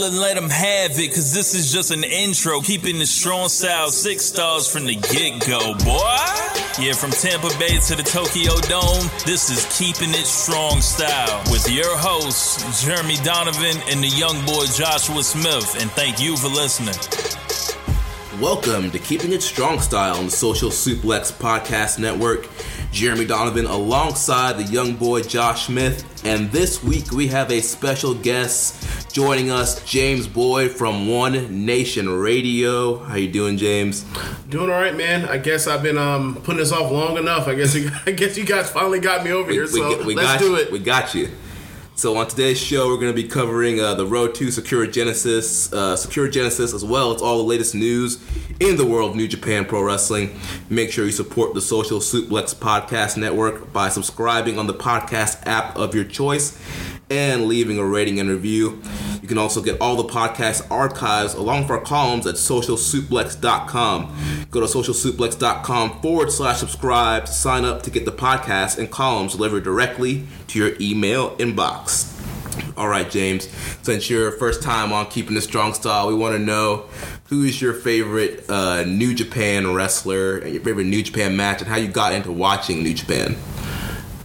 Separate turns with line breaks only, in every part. and let them have it, cause this is just an intro. Keeping the strong style six stars from the get go, boy. Yeah, from Tampa Bay to the Tokyo Dome, this is Keeping It Strong Style with your hosts, Jeremy Donovan and the young boy Joshua Smith. And thank you for listening.
Welcome to Keeping It Strong Style on the Social Suplex Podcast Network. Jeremy Donovan alongside the young boy Josh Smith. And this week we have a special guest joining us, James Boyd from One Nation Radio. How you doing, James?
Doing all right, man. I guess I've been um, putting this off long enough. I guess you, I guess you guys finally got me over here. So
g- we
let's
got
do
you.
it.
We got you. So on today's show, we're going to be covering uh, the road to Secure Genesis, uh, Secure Genesis, as well as all the latest news in the world of New Japan Pro Wrestling. Make sure you support the Social Suplex Podcast Network by subscribing on the podcast app of your choice and leaving a rating and review. You can also get all the podcast archives along with our columns at socialsuplex.com. Go to socialsuplex.com forward slash subscribe to sign up to get the podcast and columns delivered directly to your email inbox. All right, James, since your first time on Keeping the Strong Style, we want to know who is your favorite uh, New Japan wrestler and your favorite New Japan match and how you got into watching New Japan.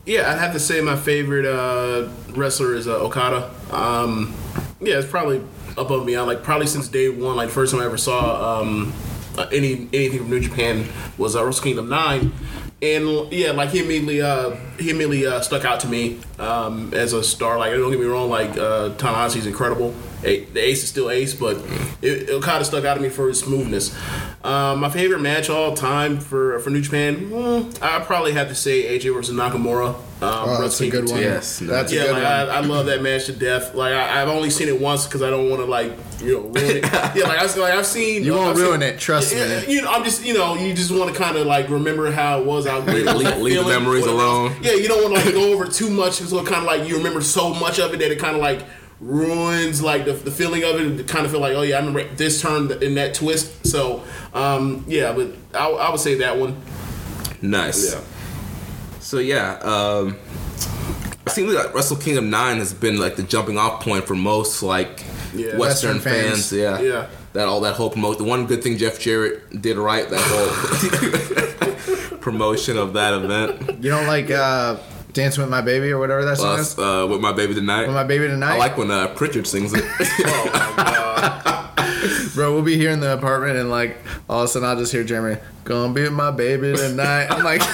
Yeah, I'd have to say my favorite uh, wrestler is uh, Okada. Um, yeah, it's probably above and beyond. Like probably since day one, like first time I ever saw um, uh, any anything from New Japan was uh, Wrestle Kingdom Nine, and yeah, like he immediately uh, he immediately uh, stuck out to me um, as a star. Like don't get me wrong, like uh, Tanahashi's incredible. A- the Ace is still Ace, but it, it kind of stuck out to me for his smoothness. Um, my favorite match all time for for New Japan, mm, I probably have to say AJ versus Nakamura. Um,
Oh, that's
Wrestle
a
Kingdom
good
10
one.
Yes, no.
that's a
yeah,
good
like
one.
I, I love that match to death. Like I, I've only seen it once because I don't want to like you know ruin it. yeah, like, I, was- like I've seen.
You won't
I've seen-
ruin it, trust
Yeah,
me.
yeah, You know, I'm just you know you just want to kind of like remember how it was out there.
Leave- leave- leave the
Feeling,
memories
whatever.
alone.
Yeah, you don't want to like go over too much. So kind of like you remember so much of it that it kind of like ruins like the, the feeling of it. and Kind of feel like oh yeah, I remember this turn in that twist. So um, yeah, but I, I would say that one.
Nice. So yeah, um, it seems like Wrestle Kingdom Nine has been like the jumping off point for most like
Yeah.
Western,
Western
fans.
fans.
Yeah,
Yeah.
That all that whole promote. The one good thing Jeff Jarrett did right that whole promotion of that event
You don't like uh, "Dance with My Baby" or whatever that song
plus
is.
uh, with my baby tonight.
With my baby tonight,
I like when uh, Pritchard sings it.
Oh,
bro. We'll be here in the apartment, and like all of a sudden, I'll just hear Jeremy gonna be with my baby tonight. I'm like,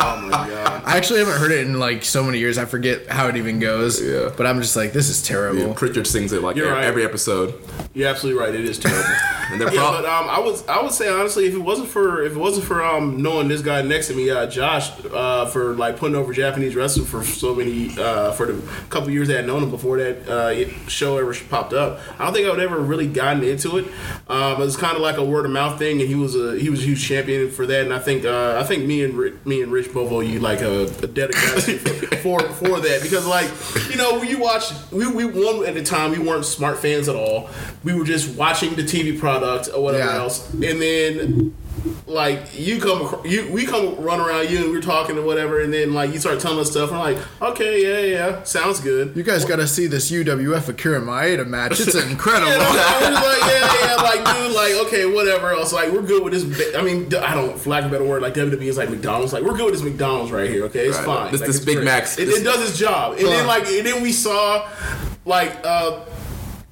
Oh my god.
I actually haven't heard it in like so many years. I forget how it even goes.
Yeah.
But I'm just like, this is terrible.
Pritchard sings it like
You're
every,
right.
every episode.
You're absolutely right. It is terrible.
And they're
Yeah,
prob-
but
uh,
um, I was I would say honestly, if it wasn't for if it wasn't for um knowing this guy next to me, uh, Josh, uh, for like putting over Japanese wrestling for so many uh, for the couple years that I'd known him before that uh, show ever popped up, I don't think I would ever really gotten into it. Um, it was kind of like a word of mouth thing, and he was a he was a huge champion for that, and I think uh, I think me and Ri- me and Rich Bovo you like a, a dedication for, for for that because like you know when you watch we we one at the time we weren't smart fans at all, we were just watching the TV product or whatever
Yeah.
else and then like you come acro- you we come run around you and we're talking or whatever and then like you start telling us stuff and I'm like okay yeah yeah sounds good
You guys gotta see this UWF Akira Maeda match. It's incredible.
yeah, I was like, yeah, yeah, like, dude, like, okay, whatever else. Like, we're good with this. bi- I mean, d- I don't, for lack of a better word, like, WWE is like McDonald's. Like, we're good with this McDonald's right here, okay? It's
Right.
fine.
This-
Like,
this
it's
Big
great.
Mac's-
It,
this-
it does its job. And then,
Huh.
like, and then we saw, like, uh,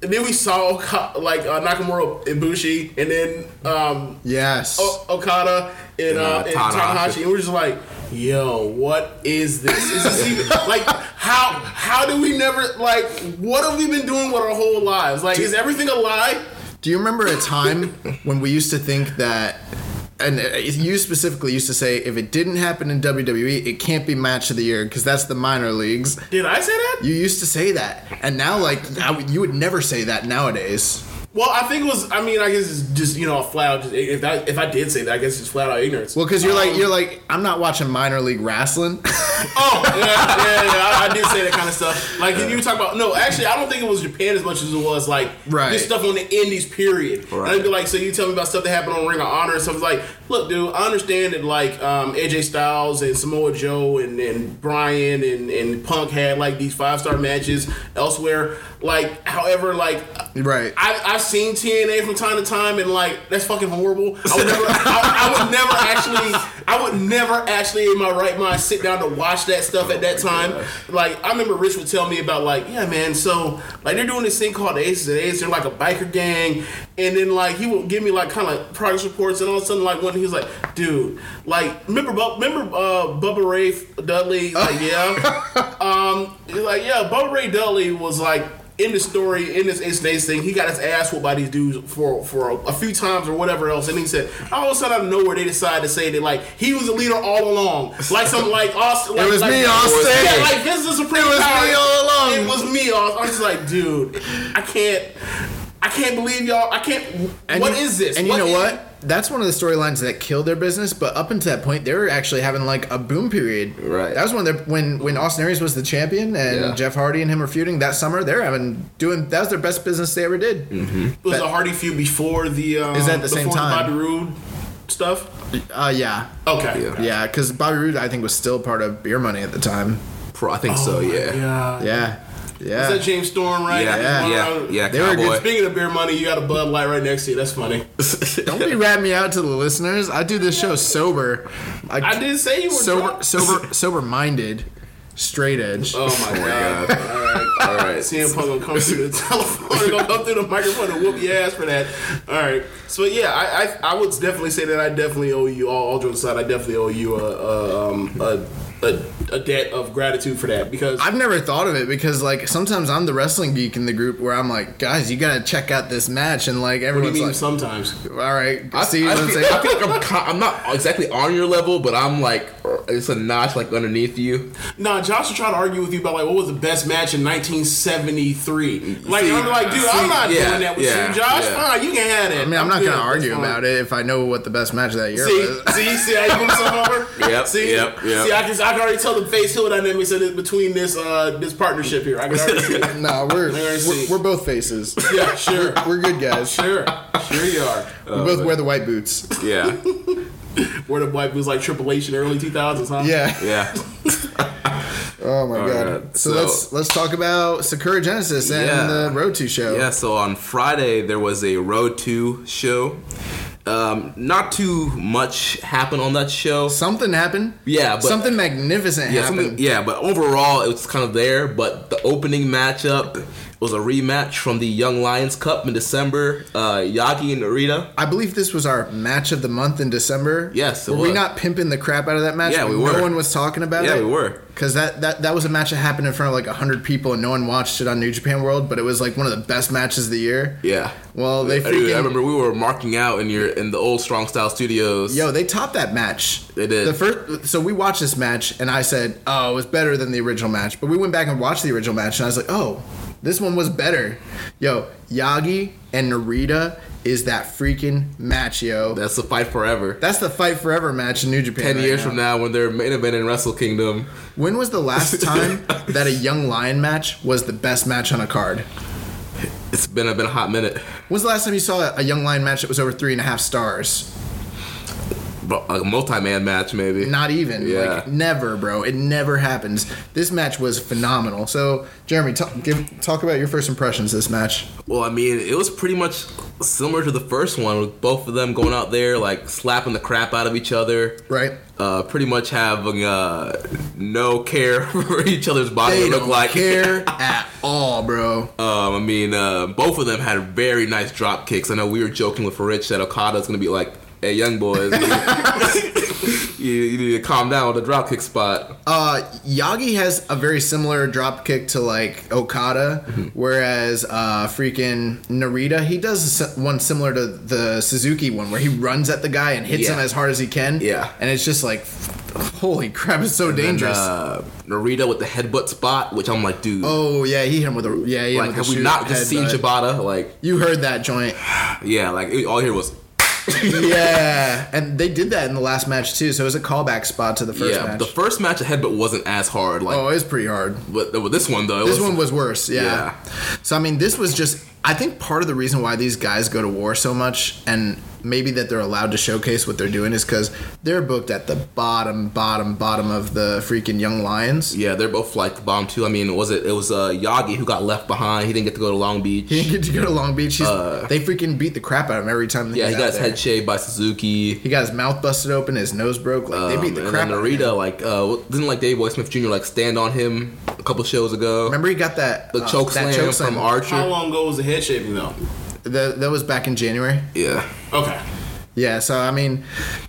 and then we saw, Oka- like, uh, Nakamura Ibushi, and then, um,
yes.
O- Okada and, uh,
And,
and
uh, Tanahashi.
Tanahashi, and we're just like, yo, what is this? Is this even like how how do we never like what have we been doing with our whole lives? Like, is everything a lie?
Do you remember a time when we used to think that and uh, you specifically used to say if it didn't happen in WWE, it can't be match of the year because that's the minor leagues.
Did I say that?
You used to say that, and now like now you would never say that nowadays.
Well, I think it was. I mean, I guess it's just you know flat out. Just, if that if I did say that, I guess it's flat out ignorance.
Well, because you're like
Um,
you're like I'm not watching minor league wrestling.
Oh, yeah, yeah, yeah. I, I did say that kind of stuff. Like you talk about no, actually, I don't think it was Japan as much as it was like
Right.
this stuff on the Indies. Period. And I'd be like, so you tell me about stuff that happened on Ring of Honor and stuff. It's Like, look, dude, I understand that like um, AJ Styles and Samoa Joe and and Brian and and Punk had like these five star matches elsewhere. Like, however, like
right.
I, I've seen TNA from time to time, and like that's fucking horrible. I would never, I, I would never actually, I would never actually in my right mind sit down to watch that stuff at that time. Like I remember Rich would tell me about like, yeah, man, so like they're doing this thing called the Aces of Aces. They're like a biker gang, and then like he would give me like kind of like progress reports, and all of a sudden like one he was like, dude, like remember, Bu- remember uh, Bubba Ray Dudley? Like yeah. He's like, yeah, Bo Ray Dudley was like in the story in this Ace Nace thing. He got his ass whooped by these dudes for for a, a few times or whatever else, and he said all of a sudden out of nowhere they decided to say that like he was the leader all along, like some like Austin. Like,
was
like,
me,
yeah,
Austin.
Yeah, like this is a pretty.
was me all along.
It was me, Austin. I'm just like, dude, I can't. I can't believe y'all. I can't. What is
And you-
this?
And you know
is-
what? That's one of the storylines that killed their business. But up until that point, they were actually having like a boom period.
Right.
That was when their when when Austin Aries was the champion and
Yeah.
Jeff Hardy and him were feuding that summer. They're having doing that was their best business they ever did.
It was a Hardy feud before the. Um,
Is that the same
before
time?
Bobby Roode stuff.
Uh, yeah,
Okay.
Yeah.
yeah. Because Bobby Roode, I think, was still part of Beer Money at the time.
Pro, I think
oh
so. Yeah. yeah.
Yeah.
Yeah, yeah.
Is that James Storm, right?
Yeah,
Yeah.
yeah, yeah,
They were
cowboy.
good
Speaking of beer money, you got a Bud Light right next to you. That's funny.
Don't be ratting me out to the listeners. I do this show sober.
I did say you were
sober,
drunk.
sober, sober minded, straight edge.
Oh my god!
All right.
CM Punk gonna come through the telephone, and gonna come through the microphone and whoop your ass for that. All right. So yeah, I I, I would definitely say that I definitely owe you all, all jokes aside. I definitely owe you a a, um, a a a debt of gratitude for that because
I've never thought of it because like sometimes I'm the wrestling geek in the group where I'm like, guys, you gotta check out this match, and
what
like
do you
everyone's
mean
like,
sometimes?
all right,
I,
see
I,
what I'm
feel,
saying?
I feel like I'm, co- I'm not exactly on your level, but I'm like uh, it's a notch like underneath you.
Nah, Josh will try to argue with you about like what was the best match in 1973. Like
See,
I'm like, dude,
see,
I'm not
yeah,
doing that with
yeah,
you, Josh.
yeah.
Fine, you can have that.
I mean, I'm not
good.
gonna
That's
argue
fine.
about it if I know what the best match of that year
See,
was.
see, see how you put yourself over?
Yep,
See,
yep, yep.
see, I can, I can already tell the face heel dynamics of this, between this, uh, this partnership here. I can already see. it.
no, we're
There's
we're,
the-
we're both faces.
Yeah, sure,
We're good guys.
sure, sure you are.
we both wear the white boots.
Yeah,
Where the white was like Triple H in the early 2000s, huh?
Yeah.
yeah.
Oh my god.
right,
So,
so-
let's let's talk about Sakura Genesis and
Yeah.
the Road to show.
Yeah, so on Friday there was a Road to show. Um, not too much happened on that show.
Something happened.
Yeah, but
something magnificent
yeah,
happened.
something, yeah, but overall it was kind of there. But the opening matchup was a rematch from the Young Lions Cup in December. Uh, Yagi and Narita.
I believe this was our match of the month in December.
Yes, it
were we
was.
not pimping the crap out of that match?
Yeah, we were.
No one was talking about
Yeah,
it.
we were.
Because that, that that was a match that happened in front of like hundred people and no one watched it on New Japan World, but it was like one of the best matches of the year.
Yeah.
Well, they
I, do-
freaking
I remember we were marking out in your in the old Strong Style Studios.
yo, they topped that match.
They did.
The first, so we watched this match and I said, oh, it was better than the original match. But we went back and watched the original match and I was like, oh, this one was better. Yo, Yagi and Narita is that freaking match, yo.
that's the fight forever.
That's the fight forever match in New Japan.
Ten
right
years
now.
from now, when they're main event in Wrestle Kingdom,
When was the last time that a Young Lion match was the best match on a card?
it's been a been a hot minute.
When's the last time you saw a Young Lion match that was over three and a half stars?
But a multi man match maybe.
Not even.
Yeah.
Like, never, bro. It never happens. This match was phenomenal. So, Jeremy, talk, give, talk about your first impressions of this match.
Well, I mean, it was pretty much similar to the first one with both of them going out there like slapping the crap out of each other.
Right.
Uh, pretty much having uh, no care for each other's body.
They
it looked
don't
like.
care at all, bro.
Um, I mean, uh, both of them had very nice drop kicks. I know we were joking with Rich that Okada's gonna be like, "Hey, young boys, you, you need to calm down with the drop kick spot.
Uh, Yagi has a very similar drop kick to like Okada,
Mm-hmm.
whereas uh, freaking Narita he does a si- one similar to the Suzuki one where he runs at the guy and hits
Yeah.
him as hard as he can.
Yeah.
and it's just like, holy crap, it's so dangerous.
Uh, Narita with the headbutt spot, which I'm like, dude,
oh yeah, he hit him with a yeah. He hit him
like
with a
have we
shoot
not just seen
headbutt.
Jabata? Like,
You heard that joint.
yeah, like it, all here was
yeah, and they did that in the last match too. So it was a callback spot to the first
yeah.
match.
The first match, the headbutt wasn't as hard. Like,
oh, it was pretty hard.
but but this one though, it
This
was,
one was worse, yeah.
Yeah.
So I mean, this was just I think part of the reason why these guys go to war so much and maybe that they're allowed to showcase what they're doing is cuz they're booked at the bottom bottom bottom of the freaking young lions.
Yeah, they're both like bomb too. I mean, was it? It was uh, Yagi who got left behind. He didn't get to go to Long Beach.
He didn't get to go to Long Beach. He's, they freaking beat the crap out of him every time.
Uh, yeah, he
was
got
out
his
there.
head shaved by Suzuki.
He got his mouth busted open, his nose broke. Like they beat the
Um,
crap
and then
out of him.
Narita, like, uh, didn't like Dave Boy Smith Jr. like stand on him a couple shows ago.
Remember he got that
the
uh,
choke
that
slam from
How
Archer?
long ago was the head shaving though?
That, that was back in January.
Yeah,
Okay.
Yeah, so I mean,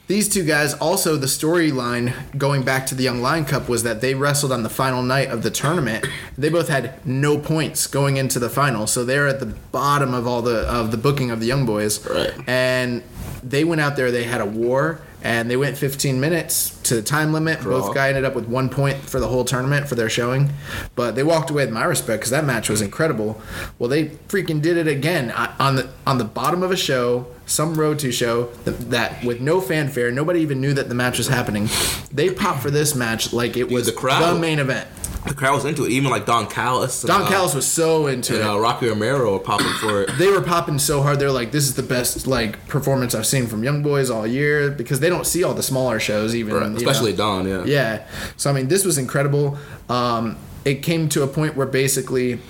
these two guys. Also, the storyline going back to the Young Lion Cup was that they wrestled on the final night of the tournament. They both had no points going into the final, so they're at the bottom of all the of the booking of the Young Boys.
Right.
And they went out there. They had a war, and they went 15 minutes to the time limit. Both guys ended up with one point for the whole tournament for their showing, but they walked away with my respect because that match was incredible. Well, they freaking did it again I- on the on the bottom of a show some road to show that, that with no fanfare, nobody even knew that the match was happening. They popped for this match like it was
the crowd.
the main event.
the crowd was into it. Even like Don Callis, and,
Don
uh,
Callis was so into
and
it.
uh, Rocky Romero were popping for it.
They were popping so hard. They're like, "This is the best like performance I've seen from Young Boys all year," because they don't see all the smaller shows even,
Right,
you know.
Especially Don, yeah.
Yeah. So I mean, this was incredible. Um, it came to a point where basically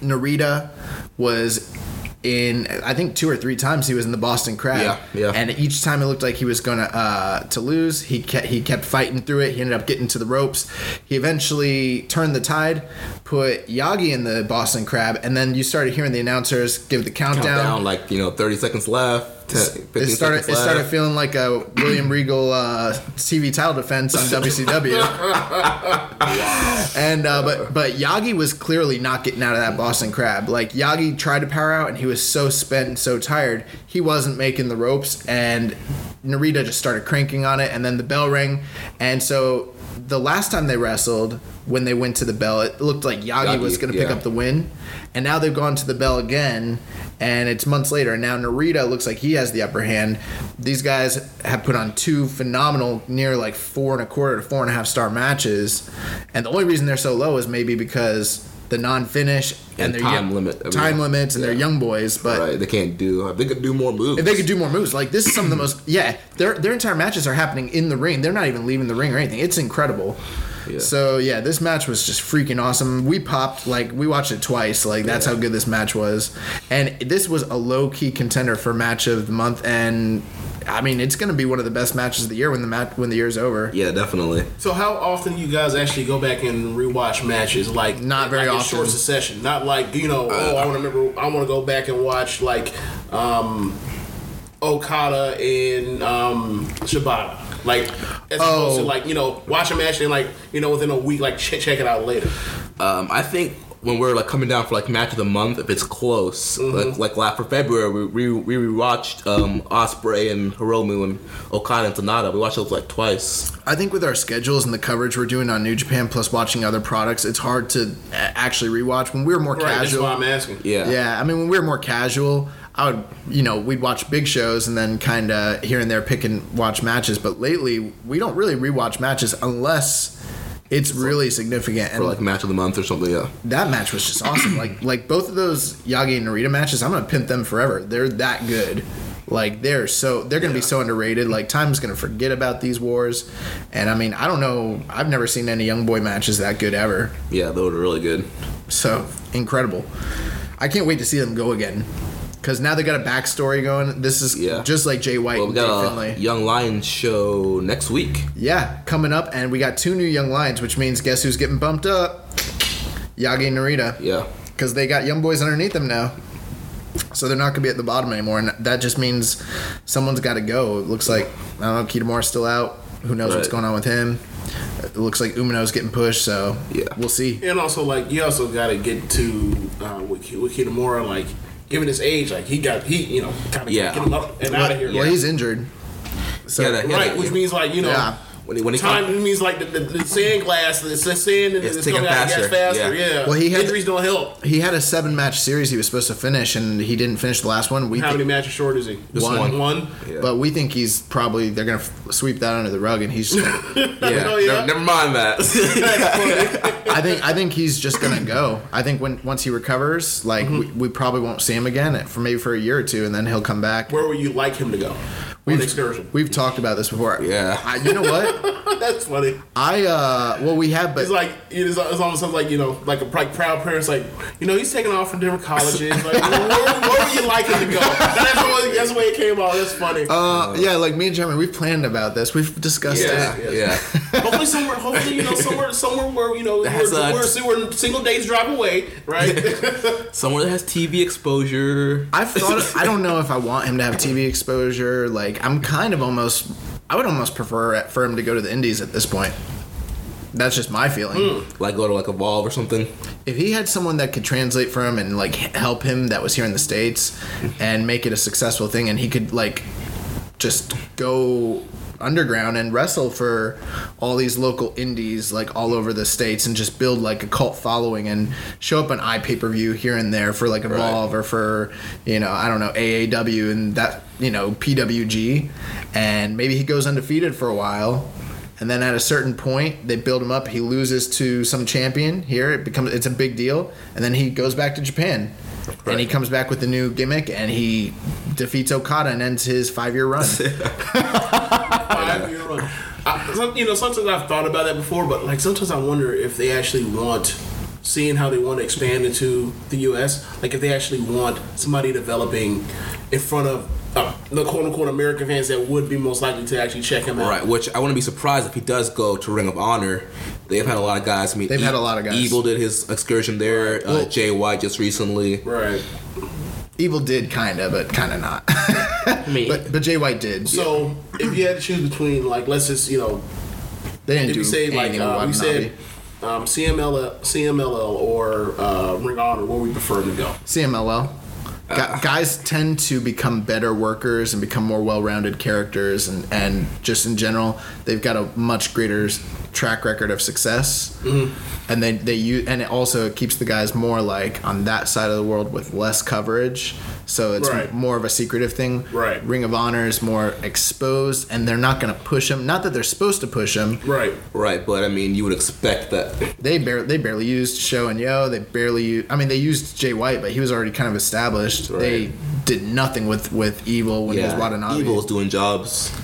Narita was in I think two or three times he was in the Boston crowd.
Yeah, yeah.
And each time it looked like he was gonna uh, to lose, he kept he kept fighting through it. He ended up getting to the ropes. He eventually turned the tide, put Yagi in the Boston crab, and then you started hearing the announcers give the countdown.
Countdown, like you know, thirty seconds left. 10, 15
It started.
seconds
It started
left.
feeling like a William Regal uh, TV title defense on WCW. and uh, but but Yagi was clearly not getting out of that Boston Crab. Like Yagi tried to power out, and he was so spent and so tired, he wasn't making the ropes. And Narita just started cranking on it, and then the bell rang, and so the last time they wrestled. When they went to the bell, it looked like Yagi,
Yagi,
was going to pick
yeah.
up the win, and now they've gone to the bell again, and it's months later. And now Narita looks like he has the upper hand. These guys have put on two phenomenal, near like four and a quarter to four and a half star matches, and the only reason they're so low is maybe because the non-finish and,
And
their
time
young-
limit, I mean,
time limits, and they're
yeah.
young boys. But
Right, they can't do. They could do more moves.
if they could do more moves, like this is some of the most yeah, their their entire matches are happening in the ring. They're not even leaving the ring or anything. It's incredible.
Yeah.
So yeah, this match was just freaking awesome. We popped like we watched it twice. Like that's how good this match was, and this was a low key contender for match of the month. And I mean, it's gonna be one of the best matches of the year when the match when the year's over.
yeah, definitely.
So how often you guys actually go back and rewatch matches? Like
Not very
like in
often.
short succession. Not like you know. oh, I want to remember. I want to go back and watch like um, Okada and um, Shibata. Like as opposed
Oh.
to like you know watch a match and like you know within a week like ch- check it out later.
Um, I think when we're like coming down for like match of the month, if it's close,
Mm-hmm.
like like last for February, we we, we watched um, Osprey and Hiromu and Okada and Tanada. We watched those like twice.
I think with our schedules and the coverage we're doing on New Japan plus watching other products, it's hard to a- actually rewatch. When we were more
Right. That's
casual,
why I'm asking.
Yeah,
Yeah, I mean, when we were more casual, I would, you know, we'd watch big shows and then kind of here and there pick and watch matches. But lately, we don't really rewatch matches unless it's really significant. And
Or like match of the month or something. Yeah,
that match was just awesome. like, like both of those Yagi and Narita matches, I'm gonna pimp them forever. They're that good. Like they're so they're gonna be so underrated. Like time's gonna forget about these wars, and I mean I don't know I've never seen any young boy matches that good ever.
yeah, those were really good.
So incredible. I can't wait to see them go again. Because now they got a backstory going. This is
Yeah.
just like Jay White
Well, we
and
got
Dave
a
Finlay.
Young Lions show next week.
Yeah, coming up, and we got two new young lions, which means guess who's getting bumped up? Yagi and Narita.
Yeah,
Because they got young boys underneath them now. So they're not going to be at the bottom anymore, and that just means someone's got to go. It looks like I don't know. Kitamura's still out. Who knows what's
Right.
going on with him? It looks like Umino's getting pushed. So
Yeah.
we'll see.
And also, like, you also got to get to uh, with, Ki- with Kitamura, like, given his age, like, he got, he, you know, kind of
Yeah.
get him up and out of here.
Well,
like,
he's injured. So
Yeah, that-
right, which means, like, you know,
Yeah.
when he, when he
time
come-
means, like, the, the, the sand glass, the, the sand and
It's
it's,
ticking
coming out of the gas
faster,
faster.
yeah.
Yeah.
Well, he had-
Injuries don't help.
he had a seven match series he was supposed to finish, and he didn't finish the last one. We
How
thi-
many matches short is he?
Just One. one.
One.
Yeah.
But we think he's probably they're gonna f- sweep that under the rug, and he's.
yeah,
Oh, yeah.
no, never mind that.
I think I think he's just gonna go. I think when once he recovers, like we, we probably won't see him again for maybe for a year or two, and then he'll come back.
Where would you like him to go? On excursion.
We've talked about this before.
Yeah.
I, you know what?
That's funny.
I uh, well we have, but
It's like it's, it's almost like you know, like a like proud parents, like you know, he's taking off from different colleges. Like, where, where would you like him to go? That's the way, that's the way it came out. That's funny.
uh, yeah, like me and Jeremy, we've planned about this. We've discussed
yeah,
it.
yeah.
hopefully, somewhere, hopefully, you know, somewhere, somewhere where you know
That's,
we're,
uh,
we're, we're single days drive away, right?
Somewhere that has TV exposure.
I've thought I don't know if I want him to have TV exposure. Like I'm kind of almost I would almost prefer for him to go to the Indies at this point. That's just my feeling.
Like go to like Evolve or something.
If he had someone that could translate for him and like h- help him that was here in the states and make it a successful thing and he could like just go underground and wrestle for all these local indies like all over the states and just build like a cult following and show up on iPay-per-view here and there for like Evolve or for you know I don't know AAW and that you know PWG and maybe he goes undefeated for a while and then at a certain point they build him up he loses to some champion here it becomes it's a big deal and then he goes back to Japan and he comes back with a new gimmick and he defeats Okada and ends his 5-year run
five year run. I, some, you know, sometimes I've thought about that before, but like sometimes I wonder if they actually want, seeing how they want to expand into the U.S., like if they actually want somebody developing in front of uh, the quote unquote American fans that would be most likely to actually check him out.
Right, which I wouldn't be surprised if he does go to Ring of Honor. They've had a lot of guys. I mean,
They've had a lot of guys.
Evil did his excursion there. Uh,
Well-
JY just recently.
Right.
Evil did kind of, but kind of not.
mean-
but but Jay White did.
So if you had to choose between, like, let's just, you know,
they didn't
if
do
you say, like,
anything with
uh, we
Watanabe.
said um, CMLL, CMLL or uh, Ring of Honor, where we prefer him to go.
CMLL. Gu-
Uh.
guys tend to become better workers and become more well-rounded characters, and, and just in general, they've got a much greater s- track record of success.
Mm-hmm.
And they they use, and it also keeps the guys more like on that side of the world with less coverage, so it's
Right.
more of a secretive thing.
Right.
Ring of Honor is more exposed, and they're not going to push them. Not that they're supposed to push them,
Right.
Right, but I mean, you would expect that.
They barely they barely used Show and Yo. They barely used. I mean, they used Jay White, but he was already kind of established. They did nothing with with Evil when he was Watanabe.
Evil is doing jobs.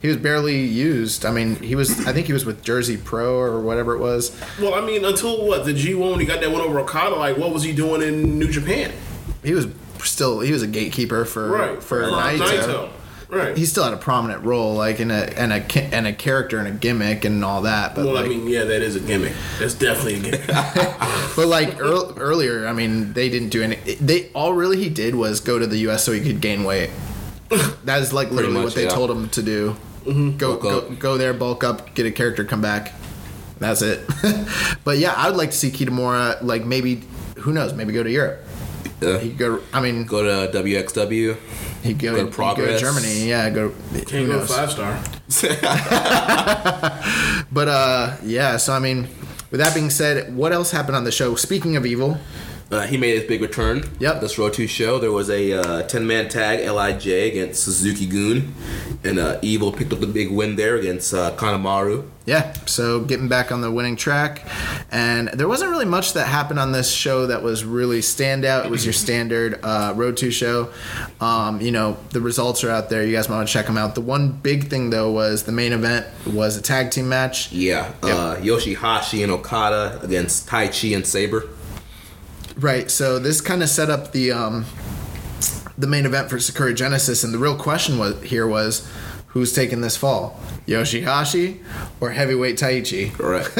He was barely used. I mean, he was. I think he was with Jersey Pro or whatever it was.
Well, I mean, until what? The G1 when he got that one over Okada, like, what was he doing in New Japan?
He was still. He was a gatekeeper for
Right.
for
Uh,
Naito.
Right.
He still had a prominent role, like in a and a ca- and a character and a gimmick and all that. But
well,
uh, like,
I mean, yeah, that is a gimmick. That's definitely a gimmick.
But like earl earlier, I mean, they didn't do any. They all really he did was go to the U.S. so he could gain weight. That is like literally
much,
what they
yeah.
told him to do. Go
Mm-hmm.
Bulk
go
up.
go there, bulk up, get a character, come back. That's it. but yeah, I would like to see Kitamura. Like maybe who knows? Maybe go to Europe.
Uh,
He could go. I mean,
go to WXW.
he could go,
to
he could go to
Progress.
Germany. Yeah, go.
Can't
who
go
knows?
five star.
But uh, yeah. So I mean, with that being said, what else happened on the show? Speaking of evil,
Uh, he made his big return.
Yep.
This Road 2 show, there was a 10 man tag, Lij against Suzuki Goon, and uh, Evil picked up the big win there against uh, Kanemaru.
Yeah, so getting back on the winning track. And there wasn't really much that happened on this show that was really standout. It was your standard uh, Road 2 show. Um, you know, the results are out there. You guys might want to check them out. The one big thing, though, was the main event was a tag team match.
Yeah, uh, Yoshihashi and Okada against Tai Chi and Saber.
Right, so this kind of set up the um, the main event for Sakura Genesis. And the real question was here was who's taking this fall? Yoshihashi or heavyweight Taichi?
Correct.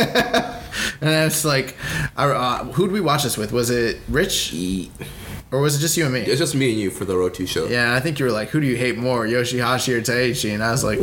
And it's like, uh, uh, who'd we watch this with? Was it Rich?
E-
Or was it just you and me?
It's just me and you for the Road 2 show.
Yeah, I think you were like, who do you hate more, Yoshihashi or Taichi? And I was like,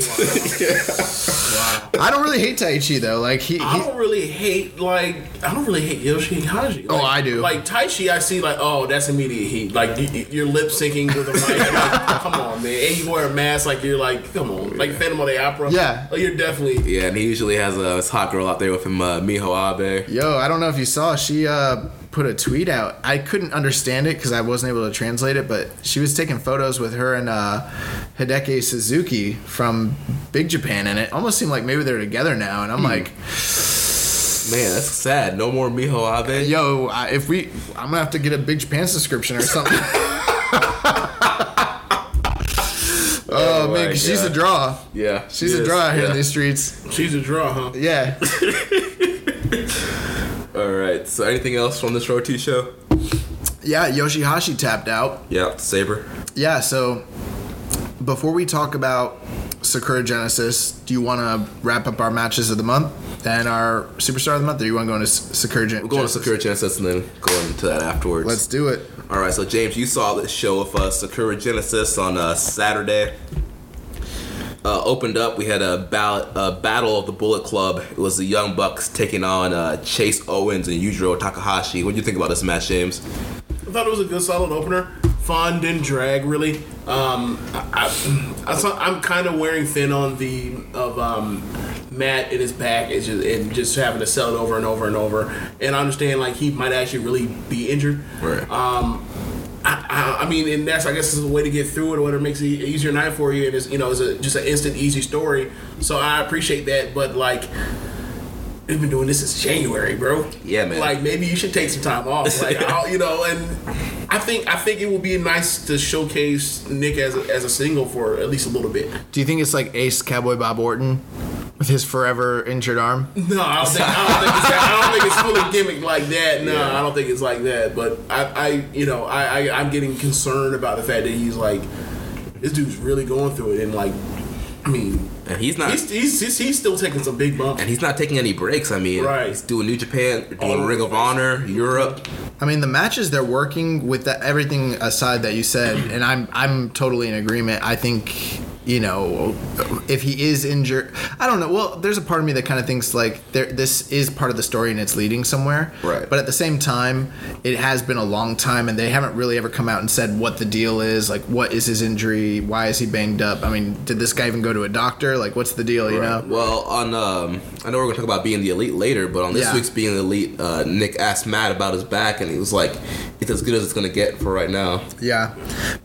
I don't really hate Taichi though. Like he,
I
he
don't really hate like I don't really hate Yoshi and Haji.
Oh,
Like-
I do.
Like Taichi, I see like oh that's immediate heat. Like you, you- you're lip syncing with a mic. Like, come on, man. And you wear a mask like you're like come on, like Phantom of the Opera.
Yeah.
Like, you're definitely.
Yeah, and he usually has a this hot girl out there with him, uh, Miho Abe.
yo, I don't know if you saw, she uh, put a tweet out. I couldn't understand it because I wasn't able to translate it, but she was taking photos with her and uh, Hideki Suzuki from Big Japan, and it almost seemed like maybe they're together now.
Hmm.
And I'm like,
Man, that's sad. No more Miho Abe.
yo, I, if we, I'm gonna have to get a Big Japan subscription or something. Oh, man,
my
'cause she's a
God.
draw.
Yeah.
She's a
Yes,
draw out here
yeah.
in these streets.
She's a draw, huh?
Yeah.
All right. So, anything else from this Road 2 show?
Yeah, Yoshihashi tapped out.
Yeah, Saber.
Yeah, so before we talk about Sakura Genesis, do you want to wrap up our matches of the month and our superstar of the month, or you want to go into S- Sakura Gen-
We're going to
Genesis?
Sakura Genesis and then going into that afterwards.
Let's do it.
All right, so James, you saw this show with uh, Sakura Genesis on uh, Saturday. Uh, opened up, we had a, ball- a battle of the Bullet Club. It was the Young Bucks taking on uh, Chase Owens and Yujiro Takahashi. What do you think about this match, James?
I thought it was a good solid opener. Fun didn't drag really. Um, I, I, I saw, I'm kind of wearing thin on the of um, Matt in his back and just, and just having to sell it over and over and over. And I understand like he might actually really be injured.
Right.
I, I, I mean, and that's I guess is a way to get through it or whatever makes it an easier night for you. And it's you know it's a, just an instant easy story. So I appreciate that, but like. We've been doing this since January, bro.
Yeah, man.
Like maybe you should take some time off. Like I'll, you know, and I think I think it would be nice to showcase Nick as a, as a single for at least a little bit.
Do you think it's like Ace Cowboy Bob Orton with his forever injured arm?
No, I don't think I don't think it's, that, I don't think it's full of gimmick like that. No, I don't think it's like that. But I, I you know, I, I I'm getting concerned about the fact that he's like, this dude's really going through it, and like, I mean,
and he's not.
he's he's he's, he's still taking some big bumps.
and he's not taking any breaks. I mean,
Right. Oh.
he's doing New Japan, doing
All
Ring of
over.
Honor, Europe.
I mean, the matches they're working with the, everything aside that you said, and I'm I'm totally in agreement. I think you know if he is injured, I don't know. Well, there's a part of me that kind of thinks like there, this is part of the story and it's leading somewhere.
Right.
But at the same time, it has been a long time, and they haven't really ever come out and said what the deal is. Like, what is his injury? Why is he banged up? I mean, did this guy even go to a doctor? Like, what's the deal? You know.
Well, on um, I know we're gonna talk about being the elite later, but on this
Yeah.
week's being the elite, uh, Nick asked Matt about his back, and he was like, "It's as good as it's gonna get for right now."
Yeah.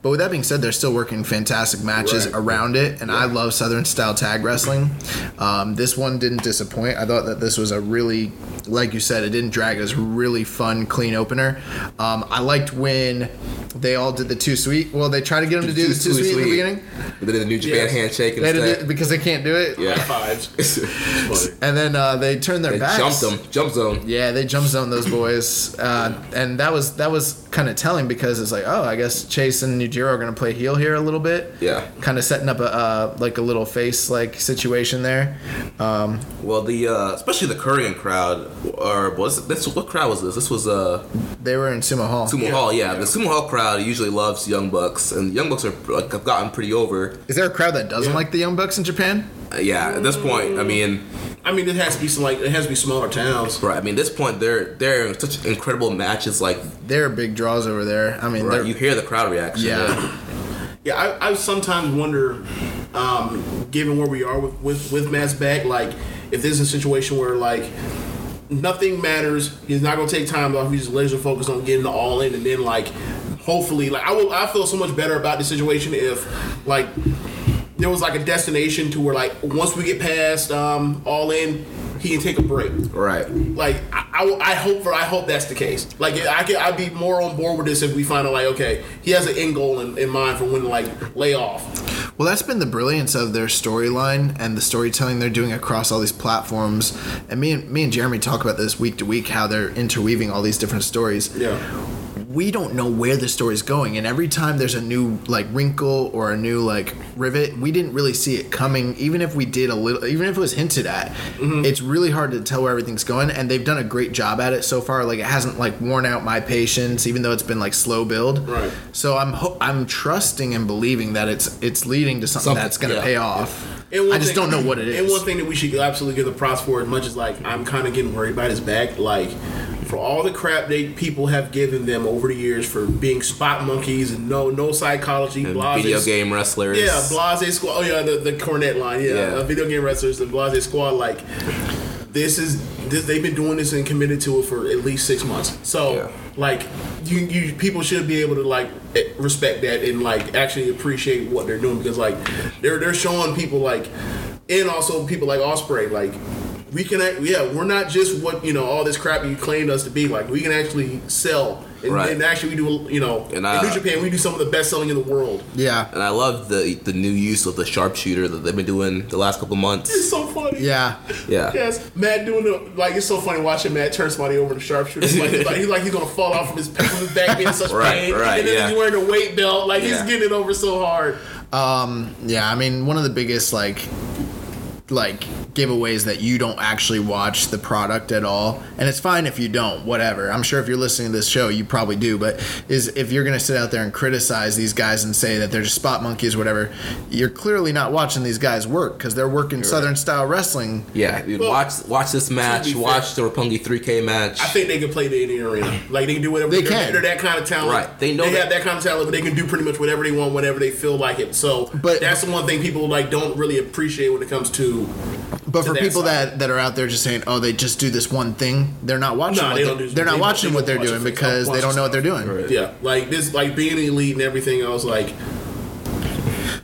But with that being said, they're still working fantastic matches
Right.
around it. And I love Southern style tag wrestling. Um, this one didn't disappoint. I thought that this was a really, like you said, it didn't drag. It was a really fun, clean opener. Um, I liked when they all did the two sweet. Well, they tried to get them to do the two sweet, in the beginning.
They did the New Japan
Yes.
handshake
They had to do,
instead.
because they can't do it.
High
Yeah,
fives.
And then uh, they turned their
they
backs.
jumped them, jump zone.
Yeah, they jump zone those boys, uh, and that was that was kind of telling because it's like, oh, I guess Chase and Nujiro are gonna play heel here a little bit.
Yeah.
kind of setting up a uh, like a little face like situation there. Um,
Well, the uh, especially the Korean crowd, or was this what crowd was this? This was uh,
they were in Sumo Hall.
Sumo Hall. Yeah, the Sumo Hall crowd usually loves Young Bucks, and Young Bucks are like have gotten pretty over.
Is there a crowd that doesn't like the Young Bucks in Japan?
Uh, yeah, at this point, I mean.
I mean, it has to be some like it has to be smaller towns.
Right. I mean, at this point, they're they're in such incredible matches. Like,
They're big draws over there. I mean,
right,
they're,
you hear the crowd reaction.
yeah,
Yeah, I, I sometimes wonder, um, given where we are with with with Matt's back, like if this is a situation where like nothing matters, he's not gonna take time off. He's just laser focused on getting the all in, and then like hopefully, like I will, I feel so much better about the situation if like there was like a destination to where like once we get past um, all in, he can take a break.
Right.
Like I, I, I hope for I hope that's the case. Like I could I'd be more on board with this if we find out like okay he has an end goal in, in mind for when to, like lay off.
Well, that's been the brilliance of their storyline and the storytelling they're doing across all these platforms. And me and me and Jeremy talk about this week to week how they're interweaving all these different stories.
Yeah.
we don't know where the story's going, and every time there's a new like wrinkle or a new like rivet, we didn't really see it coming. Even if we did a little, even if it was hinted at,
Mm-hmm.
it's really hard to tell where everything's going. And they've done a great job at it so far. Like it hasn't like worn out my patience, even though it's been like slow build.
Right.
So I'm ho- I'm trusting and believing that it's it's leading to something,
Something,
that's gonna
yeah.
pay off.
And one
I just
thing-
don't know what it is.
And one thing that we should absolutely give the props for, as much as like I'm kind of getting worried about his back, like for all the crap they people have given them over the years for being spot monkeys and no no psychology,
And
blase,
video game wrestlers.
yeah, blase squad. Oh yeah, the, the cornet line, yeah,
Yeah.
Uh, video game wrestlers, the blase squad. Like this is this, they've been doing this and committed to it for at least six months. So
Yeah.
like you you people should be able to like eh, respect that and like actually appreciate what they're doing because like they're they're showing people like and also people like Osprey like. We can, act, yeah. We're not just what you know, all this crap you claimed us to be. Like we can actually sell, and,
Right.
and actually we do, you know,
And
in
I-
New Japan we do some of the best selling in the world.
Yeah.
And I love the the new use of the sharpshooter that they've been doing the last couple
It's
months.
so funny.
Yeah.
Yeah.
Yes, Matt doing the like it's so funny watching Matt turn somebody over to sharpshooter. He's like, he's like, he's like he's gonna fall off from his, from his back being in such
Right,
pain,
right,
and then
yeah.
he's wearing a weight belt. Like he's
Yeah.
getting it over so hard.
Um, yeah, I mean, one of the biggest like like giveaways that you don't actually watch the product at all, and it's fine if you don't. Whatever. I'm sure if you're listening to this show, you probably do. But is if you're gonna sit out there and criticize these guys and say that they're just spot monkeys, whatever, you're clearly not watching these guys work because they're working Southern style wrestling.
Yeah, dude,
Well,
watch watch this match.
fair-
Watch the Rapungi 3K match.
I think they can play the Indian arena. Like they can do whatever
They
they're-
can.
They're that kind of talent.
Right, they know
they
that-
have that kind of talent, but they can do pretty much whatever they want, whenever they feel like it. So
But-
that's the one thing people like don't really appreciate when it comes to.
But for
that
people
side.
that, that are out there just saying, "Oh, they just do this one thing," they're not watching.
No,
what
they
they
don't do-
are
they
not
don't-
watching
they
what they're
don't watch
doing
this-
because
don't
they
watch
don't know what they're
this
doing.
Yeah, like this, like being in elite and everything. I was like,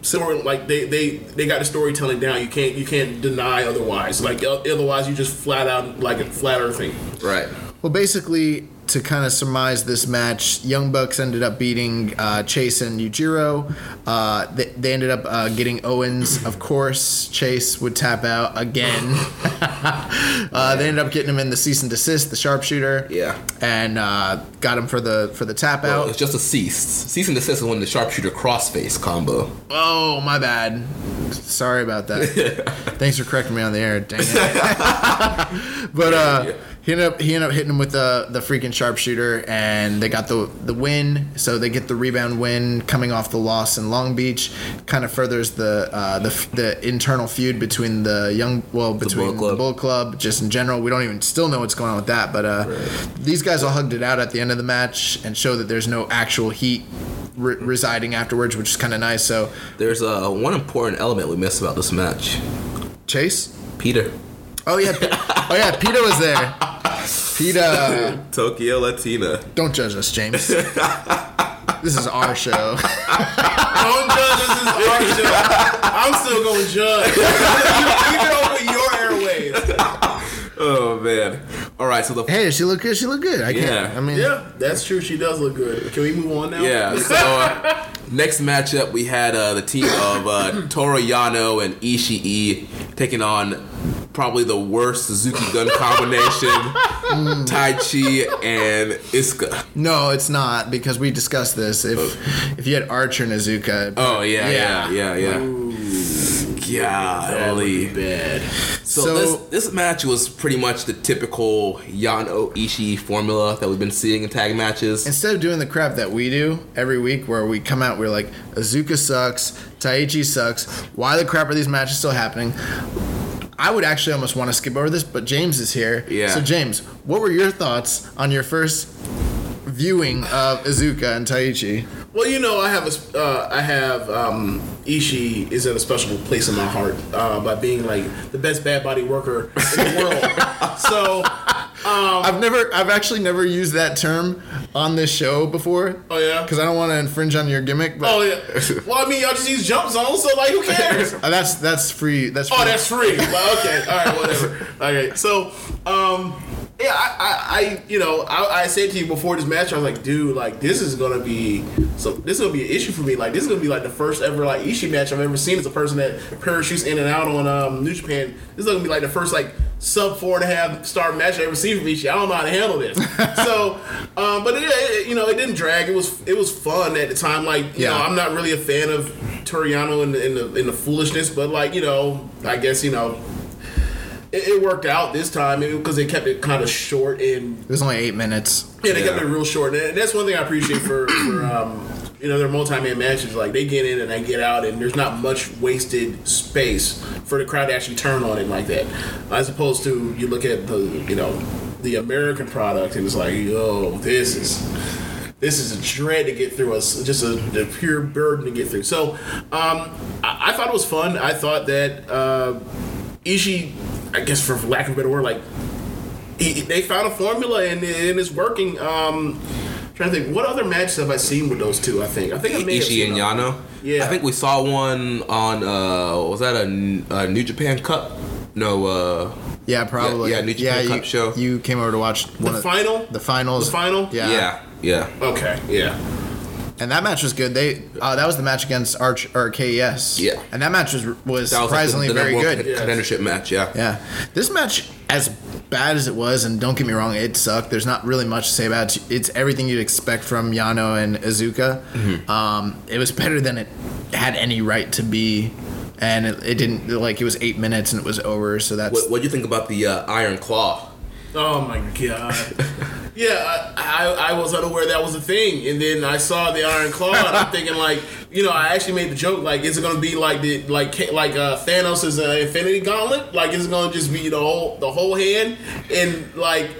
story, like they they they got the storytelling down. You can't you can't deny otherwise. Like o- otherwise, you just flat out like a flat earthing.
right.
Well, basically, to kind of surmise this match, Young Bucks ended up beating uh, Chase and Yujiro. Uh, they, they ended up uh, getting Owens, of course. Chase would tap out again. uh, they ended up getting him in the cease and desist, the sharpshooter.
Yeah.
and uh, got him for the for the tap
Well,
out.
it's just a cease. Cease and desist is when the sharpshooter crossface combo.
Oh, my bad. Sorry about that. Thanks for correcting me on the air. Dang it. but uh, he ended up he ended up hitting him with the the freaking sharpshooter, and they got the the win. So they get the rebound win, coming off the loss in Long Beach. Kind of furthers the uh, the f- the internal feud between the young well between
Bull Club.
the Bull Club just in general. We don't even still know what's going on with that. But uh, these guys all hugged it out at the end of the match and show that there's no actual heat. Re- residing afterwards, which is kind of nice. So,
There's uh, one important element we missed about this match.
Chase,
Peter.
Oh yeah, P- oh yeah, PETA was there. PETA,
Tokyo Latina.
don't judge us, James. This is our show.
Don't judge us as our show. I'm still gonna judge. you keep it over your airways.
Oh man. All right. So the
Hey, she look good. She look good. I can't.
Yeah.
I mean,
Yeah, that's true. She does look good. Can we move on now?
Yeah. So uh, next matchup, we had uh, the team of uh, Toro Yano and Ishii taking on probably the worst Suzuki gun combination, Tai Chi and Iska.
no, it's not because we discussed this. If if you had Archer and Azuka,
Oh yeah,
Yeah.
yeah, yeah, yeah.
That would be
Golly.
Oh, bad.
So,
So-
this this match was pretty much the typical Yano Ishii formula that we've been seeing in tag matches.
instead of doing the crap that we do every week, where we come out, we're like Azuka sucks, Taichi sucks. Why the crap are these matches still happening? I would actually almost want to skip over this, but James is here.
Yeah.
So James, what were your thoughts on your first viewing of Azuka and Taichi?
Well, you know, I have a, sp- uh, I have um, Ishii is in a special place in my heart uh, by being like the best bad body worker in the world. so,
I've never, I've actually never used that term on this show before.
oh yeah,
Because I don't want to infringe on your gimmick, but
oh yeah. Well, I mean, y'all just use jump zones, so like, who cares?
Uh, that's that's free. That's free.
Oh, that's free. Well, okay, all right, whatever. Okay, so um, Yeah, I, I, I you know, I, I said to you before this match, I was like, dude, like this is gonna be so this is gonna be an issue for me. Like this is gonna be like the first ever like Ishii match I've ever seen as a person that parachutes in and out on um, New Japan. This is gonna be like the first like sub four and a half star match I ever seen from Ishii. I don't know how to handle this. so, um, but it, it, you know, it didn't drag. It was it was fun at the time. Like you
Yeah.
know, I'm not really a fan of Toriano and the, in the in the foolishness, but like you know, I guess you know. It, it worked out this time because they kept it kind of short and
It was only eight minutes.
yeah, they
Yeah.
kept it real short, and that's one thing I appreciate for, for um, you know their multi-man matches. Like they get in and they get out, and there's not much wasted space for the crowd to actually turn on it like that, as opposed to you look at the you know the American product and it's like yo this is. This is a dread to get through, us just a, a pure burden to get through. So, um, I, I thought it was fun. I thought that uh, Ishii, I guess for lack of a better word, like he, they found a formula and, and it's working. Um, trying to think, what other matches have I seen with those two? I think I think I may have
Ishii
seen
and
them.
Yano.
Yeah.
I think we saw one on uh was that a, N- a New Japan Cup? No, uh
Yeah, probably.
yeah, New Japan
you,
Cup show.
You came over to watch one
The
of-
final?
The finals.
The final?
Yeah.
yeah, yeah.
Okay, yeah,
And that match was good. They uh, that was the match against Arch or KES.
Yeah.
And that match was was
That was like,
surprisingly
the
very
number one
good.
con- Contendership match, yeah.
Yeah. This match, as bad as it was, and don't get me wrong, it sucked. There's not really much to say about it. It's everything you'd expect from Yano and Izuka.
Mm-hmm.
Um, it was better than it had any right to be. And it, it didn't, like, it was eight minutes and it was over. So that's.
What what do you think about the uh, Iron Claw?
Oh my god. Yeah, I, I, I was unaware that was a thing, and then I saw the Iron Claw, and I'm thinking like, you know, I actually made the joke like, is it gonna be like the like Ca- like uh, Thanos is an Infinity Gauntlet? Like, is it gonna just be the whole the whole hand? And like,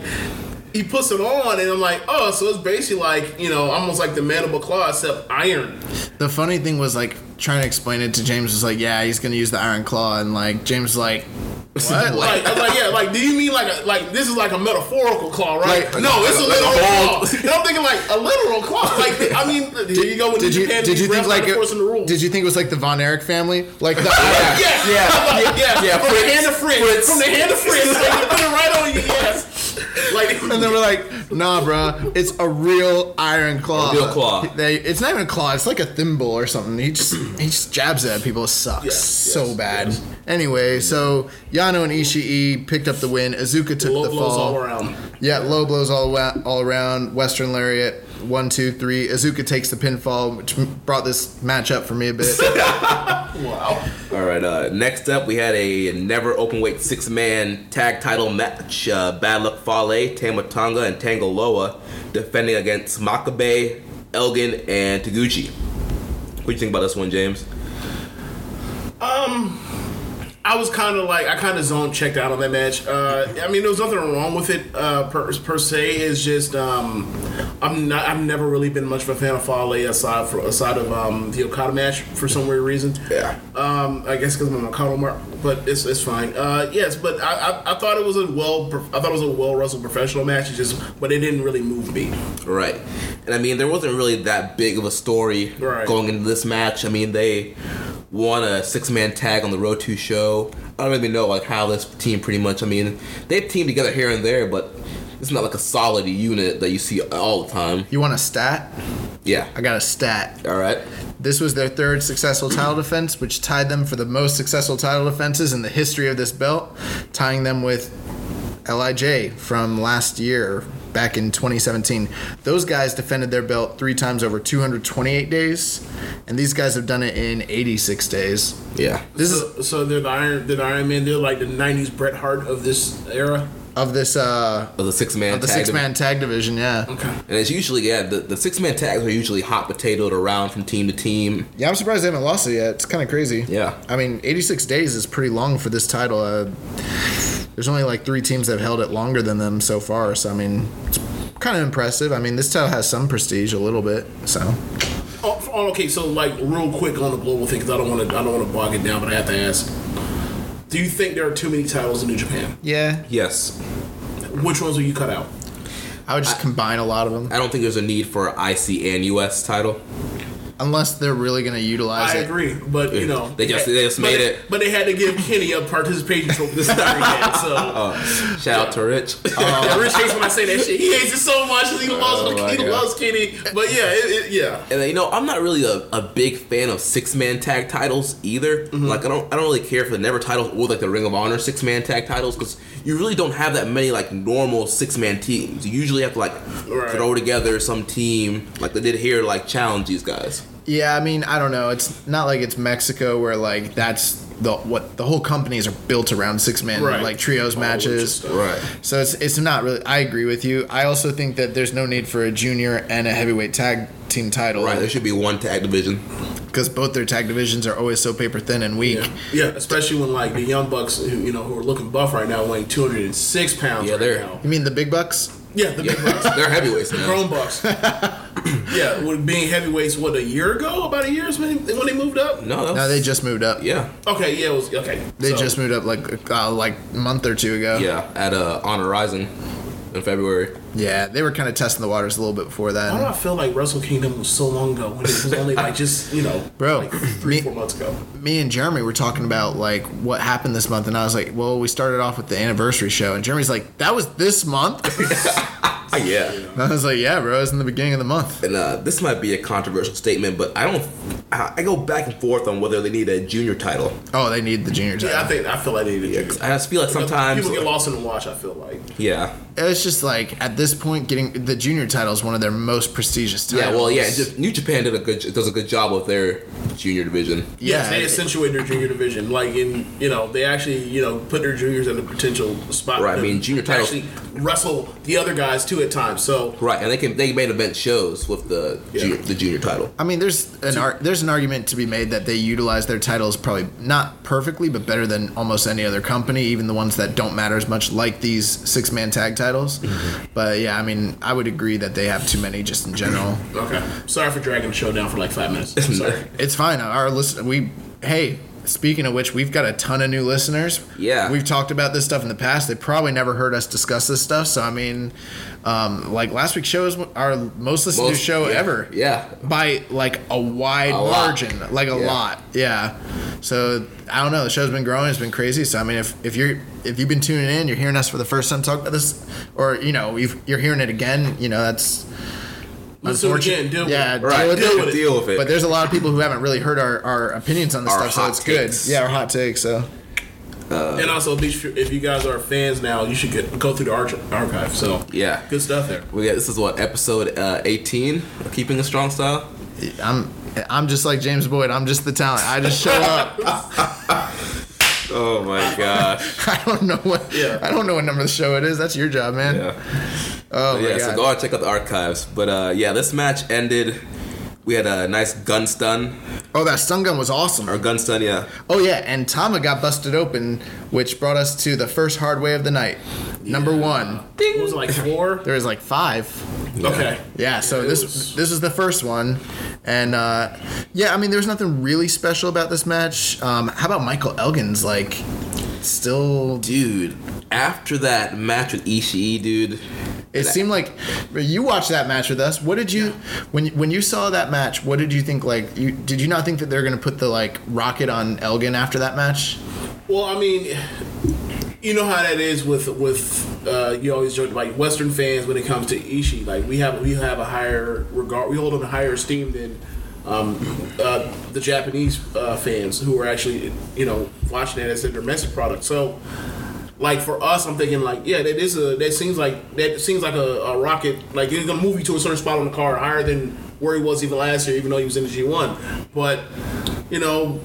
he puts it on, and I'm like, oh, so it's basically like you know, almost like the mandible claw except iron.
The funny thing was like trying to explain it to James was like, yeah, he's gonna use the iron claw, and like James was like, what? like,
Like, I'm like, yeah, like, do you mean like, a, like this is like a metaphorical claw, right?
Like,
no, it's a
like
literal
a
claw.
bald-
And I'm thinking like a literal claw. Like, I mean, here you go. With
did you
Japan,
did you think like
it, the rules.
did you think it was like the Von Erich family, like the yeah,
Yes. Yeah. yeah. From the hand of Fritz. From the hand of Fritz. Like, you put it right on you. Yes. Like,
And then we're like, nah, bruh, it's a real iron claw.
A real claw.
They, it's not even a claw. It's like a thimble or something. He just he just jabs at people. It sucks
Yes,
so
yes,
bad. Anyway, so Yano and Ishii picked up the win. Azuka took
low
the
blows
fall.
all around.
Yeah, low blows all wa- all around. Western lariat, one, two, three. Azuka takes the pinfall, which m- brought this match up for me a bit.
Wow.
All right. Uh, next up, we had a never open weight six man tag title match. Uh, Bad Luck Fale, Tamatanga, and Tangaloa defending against Makabe, Elgin, and Taguchi. What do you think about this one, James?
I was kind of like I kind of zone checked out on that match. Uh, I mean, there was nothing wrong with it uh, per, per se. It's just um, I'm not. I've never really been much of a fan of Fale aside for aside of um, the Okada match for some weird reason.
Yeah.
Um, I guess because I'm an Okada mark, but it's, it's fine. Uh, yes, but I, I, I thought it was a well I thought it was a well wrestled professional match. It just but it didn't really move me.
Right. And I mean, there wasn't really that big of a story
Right.
going into this match. I mean, they won a six man tag on the Road to show. I don't really know like how this team pretty much. I mean, they team together here and there, but it's not like a solid unit that you see all the time.
you want a stat?
Yeah.
I got a stat.
All right.
This was their third successful title defense, which tied them for the most successful title defenses in the history of this belt, tying them with Lij from last year, back in 2017. Those guys defended their belt three times over 228 days, and these guys have done it in 86 days.
Yeah.
This is
So, so they're the Iron they're the Iron Man. They're like the '90s Bret Hart of this era.
of this uh,
Of the six man
of the six man tag division. Yeah.
Okay.
And it's usually yeah, the, the six man tags are usually hot potatoed around from team to team.
Yeah, I'm surprised they haven't lost it yet. It's kind of crazy.
Yeah.
I mean, 86 days is pretty long for this title. Uh, there's only like three teams that have held it longer than them so far. So, I mean, it's kind of impressive. I mean, this title has some prestige a little bit. So,
Oh, f- oh, okay, so like real quick on the global thing, because I don't want to I don't want to bog it down, but I have to ask: Do you think there are too many titles in New Japan?
yeah.
Yes.
Which ones will you cut out?
I would just combine a lot of them.
I don't think there's a need for IC and US title.
unless they're really going to utilize
I
it.
agree, but you know
They just- they just
but
made
they-
it.
But they had to give Kenny a participation trophy this time again. So
Oh. Shout out to Rich.
yeah, Rich hates when I say that shit. He hates it so much. He loves
Oh my
he
God.
loves Kenny, but yeah, it, it, yeah.
and you know, I'm not really a, a big fan of six man tag titles either. Like I don't I don't really care for the Never titles or like the Ring of Honor six man tag titles because you really don't have that many like normal six man teams. You usually have to like
Right.
throw together some team like they did here like challenge these guys.
Yeah, I mean, I don't know. It's not like it's Mexico where like that's the what the whole companies are built around six man
Right.
like trios matches.
Right.
So it's it's not really. I agree with you. I also think that there's no need for a junior and a heavyweight tag team title
Right. There should be one tag division.
because both their tag divisions are always so paper thin and weak.
Yeah. yeah, especially when like the young bucks, who, you know, who are looking buff right now, weighing 206 pounds.
Yeah,
right
they're-
now.
You mean the big bucks?
yeah, the big bucks,
They're heavyweights now.
grown bucks. yeah, with being heavyweights, what a year ago, about a year is when they, when they moved up.
No, that
No,
was-
they just moved up.
yeah,
Okay, yeah, it was okay.
They
so-
just moved up like uh, like a month or two ago.
yeah. At uh, Honor Rising in February.
Yeah, they were kind of testing the waters a little bit before that.
Why do I feel like Wrestle Kingdom was so long ago when it was only like just you know,
Bro,
like three
me-
four months ago.
me and Jeremy were talking about like what happened this month, and I was like, "Well, we started off with the anniversary show," and Jeremy's like, "That was this month."
Oh yeah.
And I was like, "Yeah, bro, it was in the beginning of the month."
and uh, this might be a controversial statement, but I don't. I, I go back and forth on whether they need a junior title.
Oh, they need the junior title.
Yeah, I think I feel like they did.
Yeah, 'cause I just feel like sometimes.
people get lost in the wash. I feel like
Yeah,
It's just like at this point, getting the junior title is one of their most prestigious titles.
yeah. Well, yeah. Just New Japan did a good does a good job with their junior division.
yeah.
they accentuate their junior division. Like in you know, they actually you know put their juniors in a potential spot.
Right, I
to
mean, junior titles-
actually wrestle the other guys too at times. So
Right, and they can they main event shows with the junior,
Yeah.
the junior title.
I mean, there's an ar- there's an argument to be made that they utilize their titles probably not perfectly, but better than almost any other company, even the ones that don't matter as much, like these six man tag titles.
Mm-hmm.
But yeah, I mean, I would agree that they have too many just in general.
okay, sorry for dragging the show down for like five minutes. Sorry.
It's fine. Our listen, we hey. Speaking of which, we've got a ton of new listeners.
Yeah.
we've talked about this stuff in the past. They probably never heard us discuss this stuff. So I mean, um, like last week's show is our most listened to
Most-
show
yeah,
ever.
Yeah,
by like a wide
lot.
margin, like a
Yeah.
lot. Yeah. So I don't know. The show's been growing. It's been crazy. So I mean, if if you're if you've been tuning in, you're hearing us for the first time talk about this, or you know, you've, you're hearing it again. You know, that's
Listen
unfortunate.
again, deal with
yeah,
it.
deal
right.
with it.
Deal
with
with
it.
it. Deal with it.
But there's a lot of people who haven't really heard our, our opinions on this
Our
stuff, so
hot
it's
takes.
good. Yeah, our hot takes. So
and also, be sure- if you guys are fans now, you should get, go through the arch- archive. So
yeah.
good stuff there.
We got, this is what episode uh, 18 of Keeping a Strong Style.
I'm I'm just like James Boyd. I'm just the talent. I just show up.
Oh my gosh!
I don't know what.
Yeah.
I don't know what number of the show it is. That's your job, man.
Yeah.
Oh my
yeah,
god.
so go out and check out the archives. But uh, yeah, this match ended. We had a nice gun stun.
oh, that stun gun was awesome.
Or gun stun, yeah.
Oh yeah, and Tama got busted open, which brought us to the first hard way of the night. Number one.
What was it like four?
There was like five.
Okay.
Yeah, so
It
this
was-
this is the first one, and uh, yeah, I mean there was nothing really special about this match. Um, how about Michael Elgin's like still?
Dude, after that match with Ishii, dude,
It seemed like you watched that match with us. What did you when when you saw that match? What did you think? Like, you did you not think that they're gonna put the like rocket on Elgin after that match?
Well, I mean, you know how that is with with uh, you always joke like Western fans when it comes to Ishii. Like we have we have a higher regard, we hold on a higher esteem than um, uh, the Japanese uh, fans who are actually you know watching it as a domestic product. So. Like for us, I'm thinking like, yeah, that is a that seems like that seems like a, a rocket. Like it's gonna move you to a certain spot on the car higher than where he was even last year, even though he was in the G1. But you know,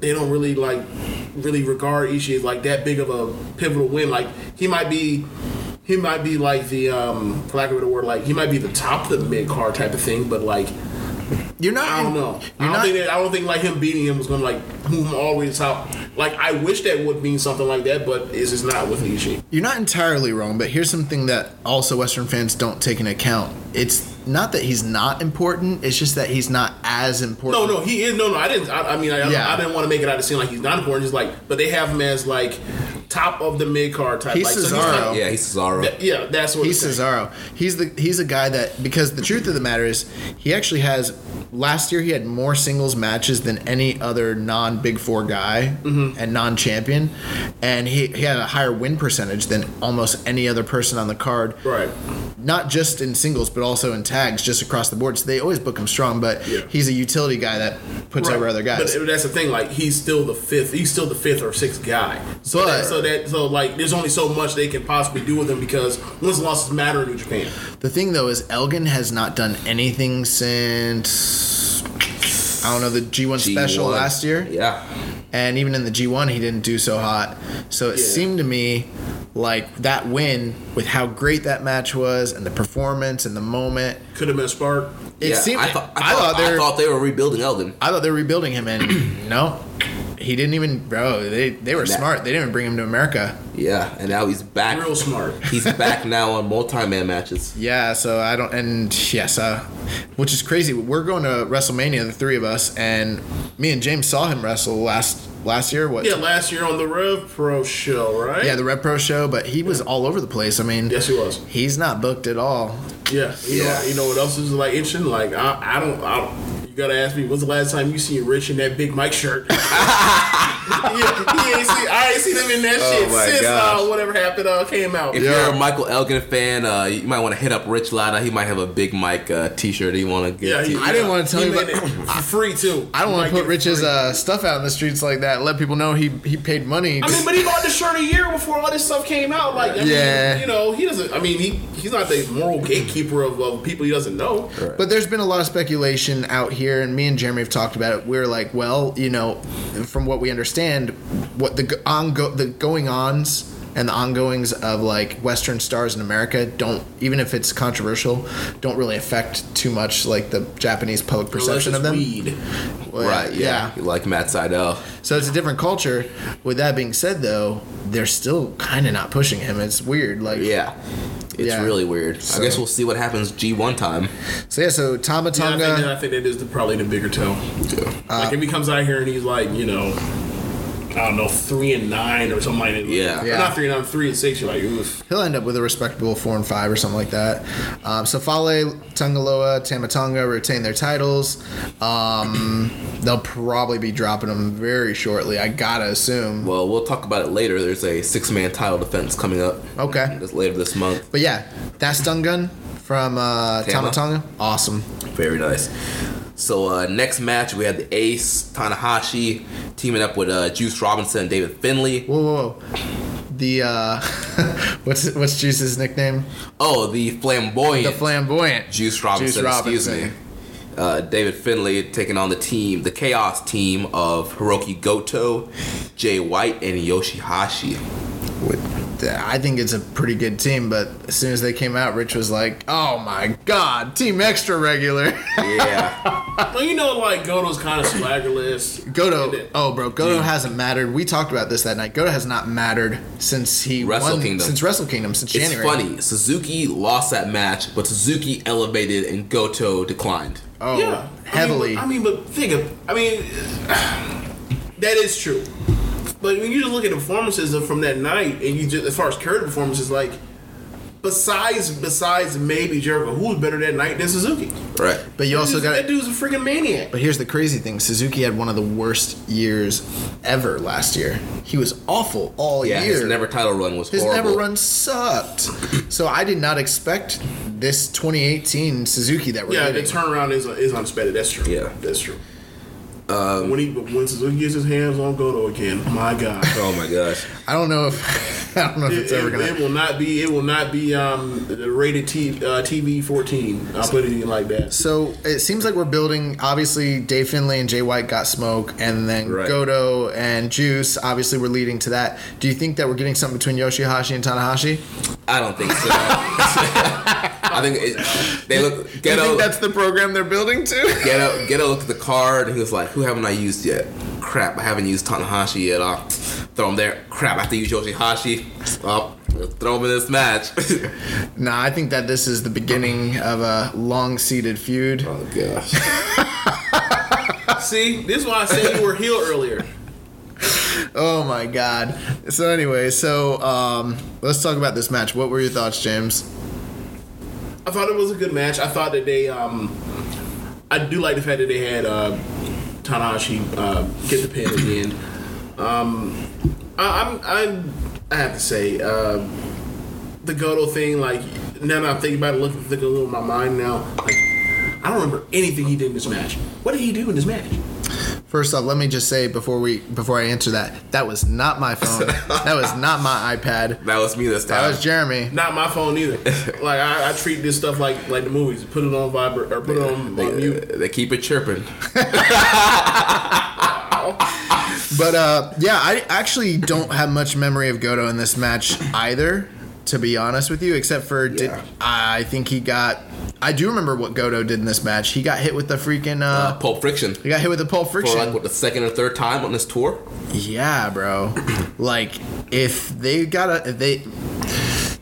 they don't really like really regard Ishii as like that big of a pivotal win. Like he might be he might be like the um for lack of a better word, like he might be the top of the mid card type of thing, but like
You're not.
I don't know. I
You're
don't
not.
think that, I don't think like him beating him was gonna like move him all the way to the top. Like I wish that would mean something like that, but it's just not with Ishii.
You're not entirely wrong, but here's something that also Western fans don't take into account. It's not that he's not important, it's just that he's not as
No,
important.
no, he is no, no. I didn't. I, I mean, I, I-
Yeah.
I didn't want to make it out to seem like he's not important. Just like, but they have him as like top of the mid card type.
He's
like, so
Cesaro.
not-
Yeah, he's Cesaro.
Th- yeah, that's what
He's
it's-
Cesaro. He's the he's a guy that because the truth of the matter is he actually has last year he had more singles matches than any other non Big Four guy
Mm-hmm.
and non champion, and he, he had a higher win percentage than almost any other person on the card.
Right.
Not just in singles, but also in tags, just across the board. So they always book him strong, but
Yeah.
he's a utility guy that puts
Right.
over other guys.
But that's the thing. Like he's still the fifth. He's still the fifth or sixth guy. So
But-
that, so that so like there's only so much they can possibly do with him because wins and losses matter in New Japan.
The thing though is Elgin has not done anything since I don't know the G1 special
G1.
last year.
Yeah.
and even in the G1 he didn't do so hot. So it
Yeah.
seemed to me like that win with how great that match was and the performance and the moment.
Could have been a spark.
It
yeah.
seemed
I thought, I, thought,
they
I
were
thought they were rebuilding Elgin.
I thought they were rebuilding him and no. He didn't even bro, they they were
Nah.
smart. They didn't even bring him to America.
Yeah, and now he's back.
Real smart.
He's back now on multi-man matches.
Yeah, so I don't and yes, uh which is crazy. We're going to WrestleMania the three of us and me and James saw him wrestle last last year what
Yeah, last year on the Rev Pro show, right?
Yeah, the Red Pro show, but he was all over the place. I mean,
Yes, he was.
He's not booked at all.
Yeah, you
Yeah.
know, you know what else is like interesting? Like I, I don't, I don't. You gotta ask me, when's the last time you seen Rich in that Big Mike shirt? yeah, he ain't see, I ain't seen him in that
Oh
shit
my
since
gosh.
uh, whatever happened uh, came out.
If you're a Michael Elgin fan, uh, you might want to hit up Rich Latta. He might have a Big Mike uh, T-shirt. You want to get?
Yeah,
to.
he,
I didn't wanna
he
tell you
made
about-
it for free too.
I don't want
Like,
to put
it's
Rich's
free.
uh, stuff out in the streets like that. Let people know he he paid money.
I mean, but he bought the shirt a year before all this stuff came out. Like, I
Yeah.
mean, you know, he doesn't. I mean, he he's not the moral gatekeeper of, of people he doesn't know.
but there's been a lot of speculation out here, and me and Jeremy have talked about it. We're like, well, you know, from what we understand, what the go- ongo- the going ons and the ongoings of like Western stars in America don't, even if it's controversial, don't really affect too much like the Japanese public
Unless
perception
it's
of them.
weed.
Well,
Right. Yeah. You like Matt Seidel.
So it's a different culture. With that being said, though, they're still kind of not pushing him. It's weird. Like,
Yeah. It's
Yeah.
really weird.
So-
I guess we'll see what happens G1 time.
So yeah, so
Yeah,
Tama
I,
Tonga.
think, that- I think that is the, probably the bigger tell.
Uh,
like if he comes out here and he's like, you know, I don't know, three and nine or something like that.
Yeah.
Yeah.
Not three and nine, three and six. You're like, oof.
He'll end up with a respectable four and five or something like that. Um, so Fale, Tungaloa, Tamatonga retain their titles. Um, they'll probably be dropping them very shortly. I gotta assume.
Well, we'll talk about it later. There's a six-man title defense coming up.
Okay.
That's later this month.
But yeah, that stun gun from uh,
Tama.
Tamatonga, awesome.
Very nice. So uh, next match we had the Ace Tanahashi teaming up with uh, Juice Robinson and David Finley.
Whoa, whoa, whoa. The uh, what's what's Juice's nickname?
Oh, the flamboyant.
The flamboyant.
Juice Robinson, excuse
Robinson.
me. Uh, David Finley taking on the team, the Chaos team of Hiroki Goto, Jay White, and Yoshihashi.
With- I think it's a pretty good team, but as soon as they came out, Rich was like, "Oh my God, Team Extra Regular."
Yeah,
Well, you know, like Goto's kind of swaggerless.
Goto, oh bro, Goto hasn't mattered. We talked about this that night. Goto has not mattered since he
Wrestle
won
Kingdom.
since Wrestle Kingdom since
it's
January.
funny. Suzuki lost that match, but Suzuki elevated and Goto declined.
Oh,
Yeah,
heavily.
I mean, but, I mean, but think of, I mean, that is true. But when you just look at the performances of- from that night, and you just as far as current performances, like besides besides maybe Jericho, who was better that night than Suzuki?
Right.
but you also
That dude's-
got.
that dude's a freaking maniac.
But here's the crazy thing: Suzuki had one of the worst years ever last year. He was awful all
Yeah,
year.
his never title run was
His
horrible.
never run sucked. So I did not expect this 2018 Suzuki that we're
Yeah, the
getting.
turnaround is is unexpected. That's true.
Yeah.
that's true.
Um,
when he when Suzuki gets his hands on Goto again, my God,
Oh my gosh.
I don't know if I don't know if
it,
it's ever
it-
gonna.
it will not be it will not be um rated T, uh, TV fourteen. I'll put it like that.
so it seems like we're building. Obviously, Dave Finley and Jay White got smoke, and then
Right.
Goto and Juice. Obviously, we're leading to that. Do you think that we're getting something between Yoshihashi and Tanahashi?
I don't think so. I think it, they look
Do you
Ghetto.
think that's the program they're building to?
Ghetto, Ghetto looked at the card and he was like, Who haven't I used yet? Crap, I haven't used Tanahashi yet. I'll throw him there. Crap, I have to use Yoshihashi. I'll throw him in this match.
nah, I think that this is the beginning of a long-seated feud.
oh, gosh.
See, this is why I said you were heel earlier.
Oh my god. So anyway, so um, let's talk about this match. What were your thoughts, James?
I thought it was a good match. I thought that they, um, I do like the fact that they had uh, Tanahashi uh, get the pin at the end. Um, I, I'm, I'm, I have to say, uh, the Goto thing. Like now that I'm thinking about it, looking, thinking a little in my mind now. Like, I don't remember anything he did in this match. What did he do in this match?
First off, let me just say before we before I answer that, that was not my phone. that was not my iPad.
That was me this time.
That was Jeremy.
Not my phone either. like I, I treat this stuff like like the movies. Put it on vibrate or put it on, on
they,
mute.
they keep it chirping.
But uh, yeah, I actually don't have much memory of Goto in this match either, to be honest with you. Except for did,
Yeah.
I think he got. I do remember what Goto did in this match. He got hit with the freaking. Uh,
Pulp Friction.
he got hit with the pulp
For
friction.
like what the second or third time on this tour.
Yeah, bro. like if they got a if they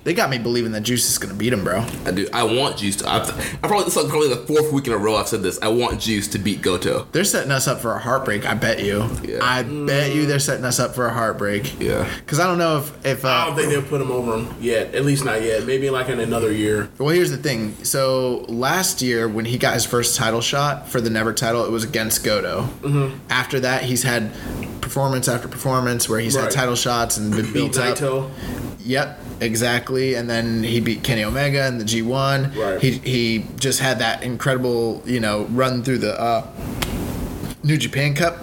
they got me believing that Juice is gonna beat him, bro.
I do. I want Juice to. I've, I probably this is like probably the fourth week in a row I've said this. I want Juice to beat Goto.
They're setting us up for a heartbreak. I bet you.
Yeah. Mm.
I bet you they're setting us up for a heartbreak.
Yeah.
Cause I don't know if if
I don't
uh,
think they'll put him over him yet. At least not yet. Maybe like in another year.
well here's the thing. So last year when he got his first title shot for the Never title, it was against Goto. Mm-hmm. After that, he's had performance after performance where he's
Right.
had title shots and been
Beat
beat up.
Naito.
Yep, exactly. And then he beat Kenny Omega in the G1.
Right.
He he just had that incredible, you know, run through the uh, New Japan Cup.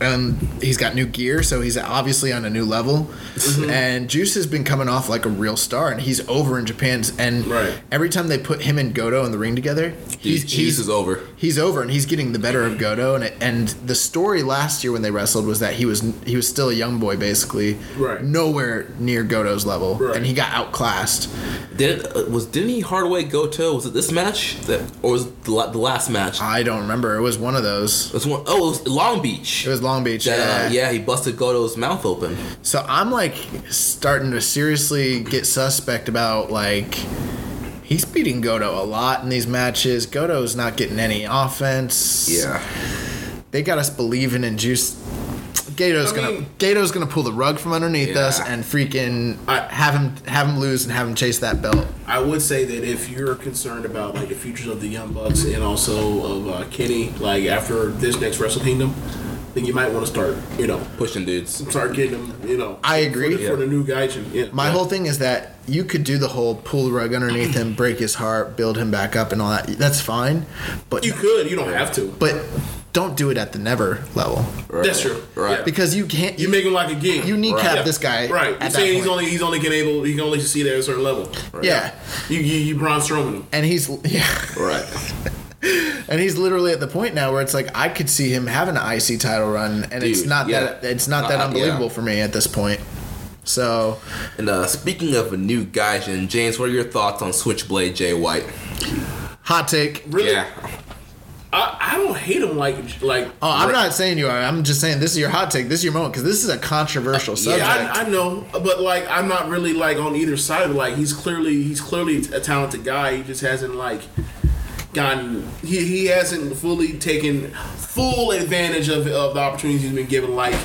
And he's got new gear, so he's obviously on a new level.
Mm-hmm.
And Juice has been coming off like a real star, and he's over in Japan. And
Right.
every time they put him and Goto in the ring together,
Juice, Juice is over.
he's over and he's getting the better of Goto and and the story last year when they wrestled was that he was he was still a young boy basically
Right.
nowhere near Goto's level
Right.
and he got outclassed
Did it, uh, was didn't he Hardaway Goto? Was it this match that or was it the, la- the last match? It
I don't remember it was one of those
was one, oh, it was Long Beach.
it was Long Beach
That,
yeah.
uh, yeah, he busted Goto's mouth open.
so I'm like starting to seriously get suspect about like he's beating Goto a lot in these matches Goto's not getting any offense they got us believing in Juice. Gato's
I
gonna
mean-
Gato's gonna pull the rug from underneath
Yeah.
us and freaking uh,
I-
have him have him lose and have him chase that belt.
I would say that if you're concerned about like the futures of the Young Bucks and also of uh, Kenny, like after this next Wrestle Kingdom, then you might want to start, you know,
pushing dudes.
start getting them, you know.
I agree.
for the, for the new guy. to- Yeah.
My whole thing is that you could do the whole pull the rug underneath him, break his heart, build him back up, and all that. That's fine, but
you could, you don't have to.
but don't do it at the never level
Right.
That's true.
Right.
Yeah.
because you can't.
You make him like a gig.
you kneecap
Yeah.
this guy
Right.
at
You're
that
saying he's
point.
only he's only can able he can only succeed at a certain level.
yeah,
You you, you Braun Strowman him.
and he's yeah.
Right.
And he's literally at the point now where it's like I could see him having an IC title run, and it's
Dude,
not
yeah.
that it's not that
Uh,
unbelievable
yeah.
for me at this point. So
And uh, speaking of a new Gaijin, James, what are your thoughts on Switchblade Jay White?
hot take.
Really? I, I don't hate him like like.
Oh, I'm
Right.
not saying you are. I'm just saying this is your hot take. This is your moment because this is a controversial subject.
Yeah, I, I know, but like I'm not really like on either side of it. Like he's clearly he's clearly a talented guy. He just hasn't like gotten he, he hasn't fully taken full advantage of, of the opportunities he's been given. Like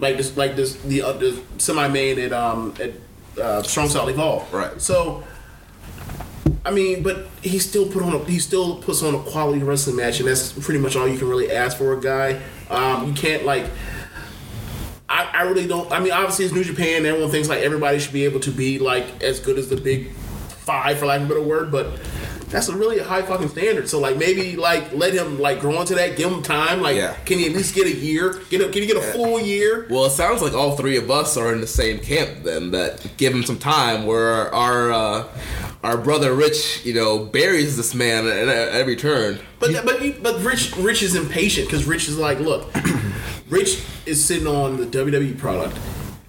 like this like this the, uh, the semi main at um at uh, Strong Style Evolve.
Right.
So. I mean, but he still put on a he still puts on a quality wrestling match, and that's pretty much all you can really ask for a guy. Um, you can't like I, I really don't. I mean, obviously it's New Japan. Everyone thinks like everybody should be able to be like as good as the big five, for lack of a better word. But that's a really high fucking standard. So like maybe like let him like grow into that. Give him time. Like
Yeah.
can he at least get a year? Get a, can he get a full year?
Well, it sounds like all three of us are in the same camp then. That give him some time. Where our uh, our brother Rich, you know, buries this man at at every turn.
But but you, but Rich Rich is impatient because Rich is like, look, Rich is sitting on the WWE product,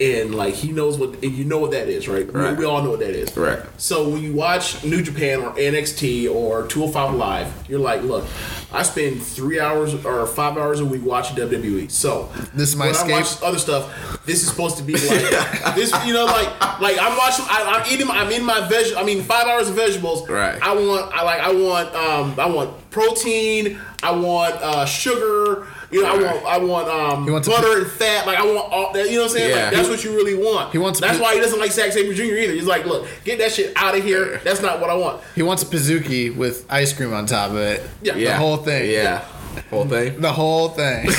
and like he knows what and you know what that is, right? We-
Right.
We, all know what that is,
Right.
So when you watch New Japan or NXT or 205 Live, you're like, look, I spend three hours or five hours a week watching WWE. So
This is my
when I
escape.
watch other stuff. This is supposed to be like this, you know, like like I'm watching. I, I'm eating. I'm in my veg. I mean, five hours of vegetables.
Right.
I want. I like. I want. Um. I want protein. I want uh, sugar. You know, I want I want um
He wants a
butter and fat. Like I want all that. You know what I'm saying?
Yeah.
Like that's what you really want.
He wants a
That's
pi-
why he doesn't like Zack Sabre Jr. either. He's like, look, get that shit out of here. That's not what I want.
He wants a pizookie with ice cream on top of it.
Yeah.
The
Yeah.
whole thing.
Yeah. Whole thing.
The whole thing.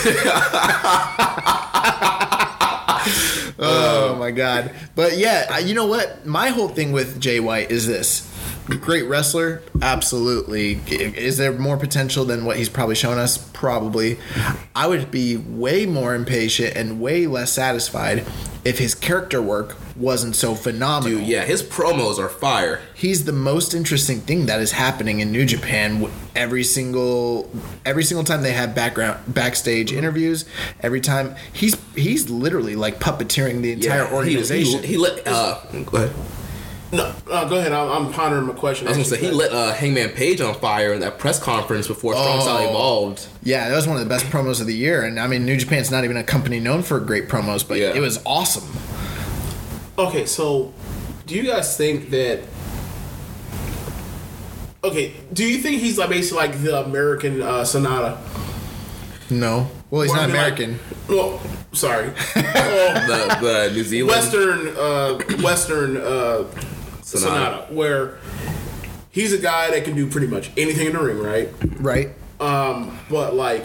oh my god. But yeah, I- you know what? My whole thing with Jay White is this. Great wrestler, absolutely. Is there more potential than what he's probably shown us? Probably. I would be way more impatient and way less satisfied if his character work wasn't so phenomenal
Dude, yeah, his promos are fire.
he's the most interesting thing that is happening in New Japan w- every single every single time they have background backstage
Mm-hmm.
interviews every time he's he's literally like puppeteering the entire
Yeah, he-
organization
He, he let uh go ahead.
No, no go ahead. I'm, I'm pondering my question.
I was gonna say he lit uh, Hangman Page on fire in that press conference before Strong Style
Oh.
evolved.
yeah that was one of the best promos of the year and I mean New Japan's not even a company known for great promos but
Yeah.
it was awesome
Okay, so do you guys think that? Okay, do you think he's like basically like the American uh, Sonata?
no well he's
Or I
not
mean, like-
American
well, sorry, Oh,
The, the New Zealand
Western uh, Western uh,
Sonata.
Sonata, where he's a guy that can do pretty much anything in the ring, right?
right
But like,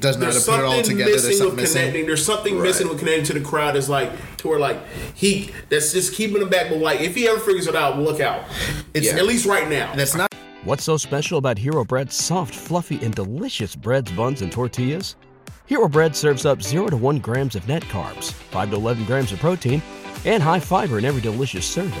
does not know how
there's
to put it all
something
together there's
missing
something
with
missing
connecting. There's something
Right.
missing with connecting to the crowd. Is like to where like he that's just keeping him back. But like, if he ever figures it out, look out.
It's-
At least right now.
that's not
What's so special about Hero Bread's soft, fluffy, and delicious breads, buns, and tortillas? Hero Bread serves up 0 to 1 grams of net carbs, 5 to 11 grams of protein, and high fiber in every delicious serving.